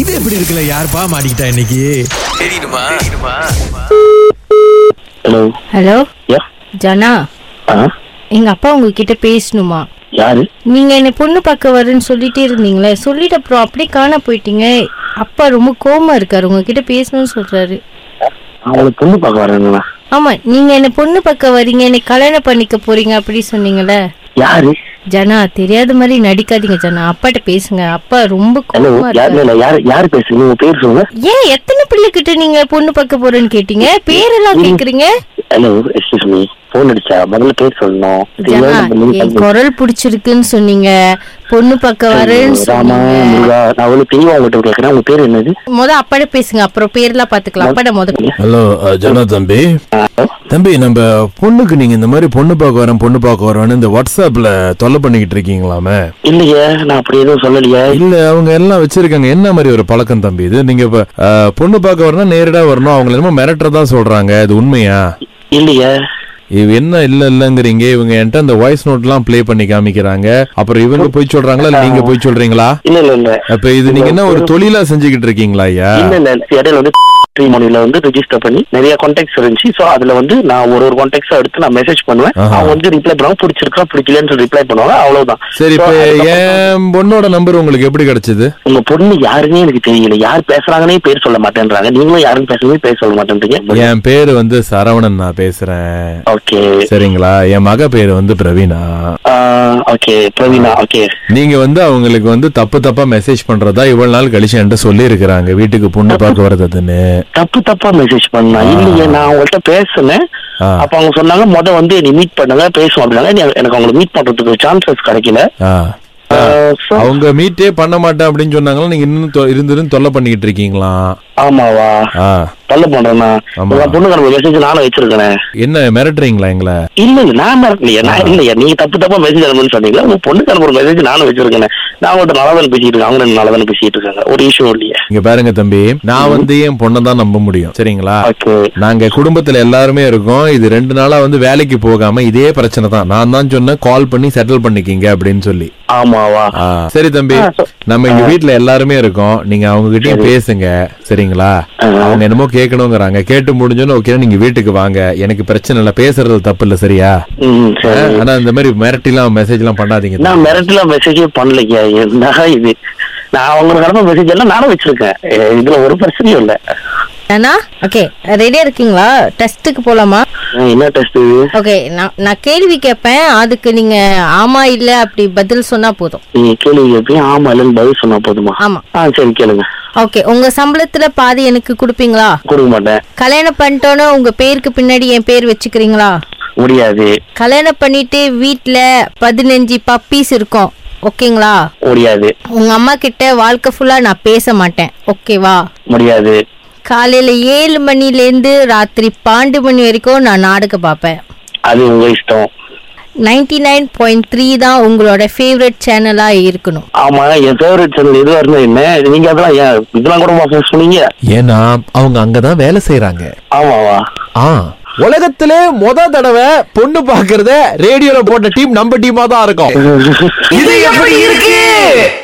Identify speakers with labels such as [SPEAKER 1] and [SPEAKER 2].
[SPEAKER 1] இது எப்படி இருக்குல்ல யாருப்பா மாட்டிக்கிட்டா இன்னைக்கு
[SPEAKER 2] ஹலோ
[SPEAKER 3] ஹலோ
[SPEAKER 2] யா
[SPEAKER 3] ஜனா
[SPEAKER 2] ஆ
[SPEAKER 3] எங்க அப்பா உங்ககிட்ட பேசணுமா
[SPEAKER 2] Uh-huh. யாரு
[SPEAKER 3] நீங்க என்னை பொண்ணு பார்க்க வரேன்னு சொல்லிட்டே இருந்தீங்களே சொல்லிட்டு அப்புறம் அப்படியே காண போயிட்டீங்க அப்பா ரொம்ப கோவமா இருக்காரு உங்ககிட்ட பேசணும்னு சொல்றாரு
[SPEAKER 2] அவளுக்கு பொண்ணு பார்க்க வரேங்களா
[SPEAKER 3] ஆமா நீங்க என்னை பொண்ணு பார்க்க வரீங்க என்னை கல்யாணம் பண்ணிக்க போறீங்க அப்படி சொன்னீங்களே
[SPEAKER 2] யாரு
[SPEAKER 3] ஜனா தெரியாத மாதிரி நடிக்காதீங்க ஜனா அப்பாட்ட பேசுங்க அப்பா ரொம்ப
[SPEAKER 2] ஹலோ
[SPEAKER 3] கோவமா
[SPEAKER 2] யாரு
[SPEAKER 3] இருக்காரு
[SPEAKER 2] இல்ல யாரு யாரு பேசுறீங்க உங்க பேர் சொல்லுங்க
[SPEAKER 3] ஏன் எத்தனை பிள்ளைகிட்ட நீங்க பொண்ணு பார்க்க போறேன்னு கேட்டீங்க பேரெல்லாம் கேக்குறீங்க
[SPEAKER 2] ஹலோ எக்ஸ்கியூஸ் மீ போன் அடிச்சா முதல்ல பேர் சொல்லணும் இது
[SPEAKER 3] ஜனா
[SPEAKER 2] ஏன் number நீங்க
[SPEAKER 3] என்
[SPEAKER 2] சொல்றீங்க?
[SPEAKER 3] குரல் பிடிச்சிருக்குன்னு சொன்னீங்க பொண்ணு பார்க்க வரேன்னு
[SPEAKER 2] ராமா
[SPEAKER 3] சொன்னீங்க
[SPEAKER 2] முருகா நான் அவ்வளவு தெளிவா உங்கள்கிட்ட கேட்கறேன் உங்க பேர் என்னது
[SPEAKER 3] முத அப்பாட பேசுங்க அப்புறம் பேர்லாம் பாத்துக்கலாம் அப்பாட முத
[SPEAKER 1] ஹலோ ஜனா uh, தம்பி
[SPEAKER 2] ஆ,
[SPEAKER 1] தம்பி நம்ம பொண்ணுக்கு நீங்க இந்த மாதிரி பொண்ணு பார்க்க வரேன் பொண்ணு பார்க்க வரேன்னு இந்த வாட்ஸ்அப்ல தொல்லை பண்ணிக்கிட்டு இருக்கீங்களாமே
[SPEAKER 2] இல்லையே நான் அப்படி எதுவும் சொல்லலையே
[SPEAKER 1] இல்ல அவங்க எல்லாம் வச்சிருக்காங்க என்ன மாதிரி ஒரு பழக்கம் தம்பி இது நீங்க இப்ப, அஹ், பொண்ணு பார்க்க வரணும் நேரடா வரணும் அவங்க என்னமோ மிரட்டுறதா சொல்றாங்க இது உண்மையா
[SPEAKER 2] இல்லையே
[SPEAKER 1] இவ என்ன இல்ல இல்லங்கிறீங்க இவங்க என்கிட்ட அந்த வாய்ஸ் நோட் எல்லாம் ப்ளே பண்ணி காமிக்கிறாங்க அப்புறம் இவங்க போய் சொல்றாங்களா இல்ல நீங்க போய் சொல்றீங்களா
[SPEAKER 2] இல்ல இல்ல இல்ல
[SPEAKER 1] அப்ப இது நீங்க என்ன ஒரு தொழிலா செஞ்சுக்கிட்டு இருக்கீங்களா ஐயா
[SPEAKER 2] இல்ல இல்ல இல்ல. இடையில வந்து matrimony-ல வந்து ரெஜிஸ்டர் பண்ணி நிறைய கான்டாக்ட்ஸ் இருந்துச்சு சோ அதுல வந்து நான் ஒரு ஒரு கான்டாக்ட்ஸா எடுத்து நான் மெசேஜ் பண்ணுவேன்
[SPEAKER 1] ஆஹா.
[SPEAKER 2] அவங்க வந்து ரிப்ளை பண்ணுவாங்க பிடிச்சிருக்கா பிடிக்கலன்னு சொல்லி ரிப்ளை பண்ணுவாங்க அவ்வளவுதான்
[SPEAKER 1] சரி
[SPEAKER 2] So,
[SPEAKER 1] இப்ப
[SPEAKER 2] அதுக்கப்புறம்
[SPEAKER 1] என் பொண்ணோட நம்பர் உங்களுக்கு எப்படி கிடைச்சது
[SPEAKER 2] உங்க பொண்ணு யாருன்னே எனக்கு தெரியல யார் பேசுறாங்கன்னே பேர் சொல்ல மாட்டேன்றாங்க நீங்களும் யாரும் பேசுறதே பேர் சொல்ல மாட்டேன்றீங்க
[SPEAKER 1] என் பேரு வந்து சரவணன் நான் பேசுறேன்
[SPEAKER 2] ஓகே
[SPEAKER 1] சரிங்களா என் மக பேரு வந்து பிரவீனா
[SPEAKER 2] ஓகே பிரவீனா ஓகே
[SPEAKER 1] நீங்க வந்து அவங்களுக்கு வந்து தப்பு தப்பா மெசேஜ் பண்றதா இவ்வளவு நாள் கழிச்சு என்கிட்ட சொல்லி இருக்கிறாங்க வீட்டுக்கு பொண்ணு பார்க்க வர்றதுன்னு
[SPEAKER 2] தப்பு தப்பா மெசேஜ் பண்ணா
[SPEAKER 1] ஆ.
[SPEAKER 2] இல்லையே நான் அவங்கள்ட்ட பேசினேன்
[SPEAKER 1] ஆ.
[SPEAKER 2] அப்ப அவங்க சொன்னாங்க முத வந்து நீ மீட் பண்ணுங்க பேசுவோம் அப்படின்னாங்க நீ- எனக்கு அவங்களை மீட் பண்றதுக்கு சான்சஸ் கிடைக்கல
[SPEAKER 1] ஆ.
[SPEAKER 2] ஆ, so-
[SPEAKER 1] அவங்க மீட்டே பண்ண மாட்டேன் அப்படின்னு சொன்னாங்களா நீங்க இன்னும் தொ- இருந்து இருந்து தொல்லை பண்ணிக்கிட்டு இருக்கீங்களா
[SPEAKER 2] ஆமாவா
[SPEAKER 1] ஆ.
[SPEAKER 2] தள்ள பண்றேன்னா
[SPEAKER 1] ஆமா.
[SPEAKER 2] உங்க பொண்ணுக்கு நம்ம மெசேஜ் நானும் வச்சிருக்கேன்
[SPEAKER 1] என்ன மிரட்டுறீங்களா எங்களை
[SPEAKER 2] இல்ல இல்ல நான் மிரட்டலையே நான் இல்லையா நீங்க தப்பு தப்பா மெசேஜ் அனுப்புன்னு சொன்னீங்களா உங்க பொண்ணுக்கு அனுப்புற மெசேஜ் நானும் வச்சிருக்கேன் நான் அவங்கள்ட்ட நல்லதான பேசிட்டு இருக்கேன் அவங்க ரெண்டு நல்லதான பேசிட்டு இருக்காங்க ஒரு இஷ்யூ இல்லையே
[SPEAKER 1] இங்க பாருங்க தம்பி நான் வந்து என் பொண்ணை தான் நம்ப முடியும் சரிங்களா
[SPEAKER 2] ஓகே
[SPEAKER 1] நாங்க குடும்பத்துல எல்லாருமே இருக்கோம் இது ரெண்டு நாளா வந்து வேலைக்கு போகாம இதே பிரச்சனை தான் நான் தான் சொன்னேன் கால் பண்ணி செட்டில் பண்ணிக்கிங்க அப்படின்னு சொல்லி
[SPEAKER 2] ஆமாவா
[SPEAKER 1] ஆ, சரி தம்பி
[SPEAKER 2] ஆ, so-
[SPEAKER 1] நம்ம எங்க வீட்ல எல்லாருமே இருக்கோம் நீங்க அவங்க கிட்டயும் பேசுங்க சரிங்களா
[SPEAKER 2] ஆ.
[SPEAKER 1] அவங்க என்னமோ கேட்கணுங்கிறாங்க கேட்டு முடிஞ்சோன்னு ஓகே நீங்க வீட்டுக்கு வாங்க எனக்கு பிரச்சனை இல்ல பேசுறது தப்பு இல்ல சரியா
[SPEAKER 2] ம்
[SPEAKER 1] ஆ,
[SPEAKER 2] சரி
[SPEAKER 1] ஆனா இந்த மாதிரி மிரட்டிலாம் மெசேஜ் எல்லாம் பண்ணாதீங்க
[SPEAKER 2] நான் மிரட்டல மெசேஜே பண்ணலைங்க என்ன இது நான் அவங்களுக்கு அனுப்ப மெசேஜ் எல்லாம் நானும் வச்சிருக்கேன் ஏ, இதுல ஒரு பிரச்சனையும் இல்ல
[SPEAKER 3] ஜனா ஓகே ரெடியா இருக்கீங்களா டெஸ்ட்டுக்கு போலாமா
[SPEAKER 2] ஆ, என்ன டெஸ்ட் இது
[SPEAKER 3] ஓகே நான் நான் கேள்வி கேட்பேன் அதுக்கு நீங்க ஆமா இல்ல அப்படி பதில் சொன்னா போதும்
[SPEAKER 2] நீங்க கேள்வி கேட்பீங்க ஆமா இல்லைன்னு பதில் சொன்னா போதுமா
[SPEAKER 3] ஆமா
[SPEAKER 2] ஆ சரி கேளுங்க
[SPEAKER 3] ஓகே உங்க சம்பளத்துல பாதி எனக்கு கொடுப்பீங்களா
[SPEAKER 2] கொடுக்க மாட்டேன்
[SPEAKER 3] கல்யாணம் பண்ணிட்டோன்னு உங்க பேருக்கு பின்னாடி என் பேர் வச்சுக்கிறீங்களா
[SPEAKER 2] முடியாது
[SPEAKER 3] கல்யாணம் பண்ணிட்டு வீட்ல பதினஞ்சு பப்பீஸ் இருக்கும் ஓகேங்களா
[SPEAKER 2] முடியாது
[SPEAKER 3] உங்க அம்மா கிட்ட வாழ்க்கை ஃபுல்லா நான் பேச மாட்டேன் ஓகேவா
[SPEAKER 2] முடியாது
[SPEAKER 3] காலையில ஏழு மணிலேருந்து ராத்திரி பன்னெண்டு மணி வரைக்கும் நான் நாடகம் பார்ப்பேன்
[SPEAKER 2] அது உங்க இஷ்டம்
[SPEAKER 3] நைன்டி நைன் பாயிண்ட் த்ரீ தான் உங்களோட ஃபேவரட் சேனலா இருக்கணும்
[SPEAKER 2] ஆமா என் ஃபேவரட் சேனல் எதுவா இருந்தா என்ன நீங்க அதெல்லாம் ஏன் இதெல்லாம் கூட ஃபோர்ஸ் பண்ணீங்க
[SPEAKER 1] ஏன்னா அவங்க அங்கதான் வேலை செய்யறாங்க
[SPEAKER 2] ஆமாவா
[SPEAKER 1] ஆ உலகத்திலே முத தடவை பொண்ணு பாக்குறத ரேடியோல போட்ட டீம் நம்ம டீமா தான் இருக்கும் இது எப்படி இருக்கு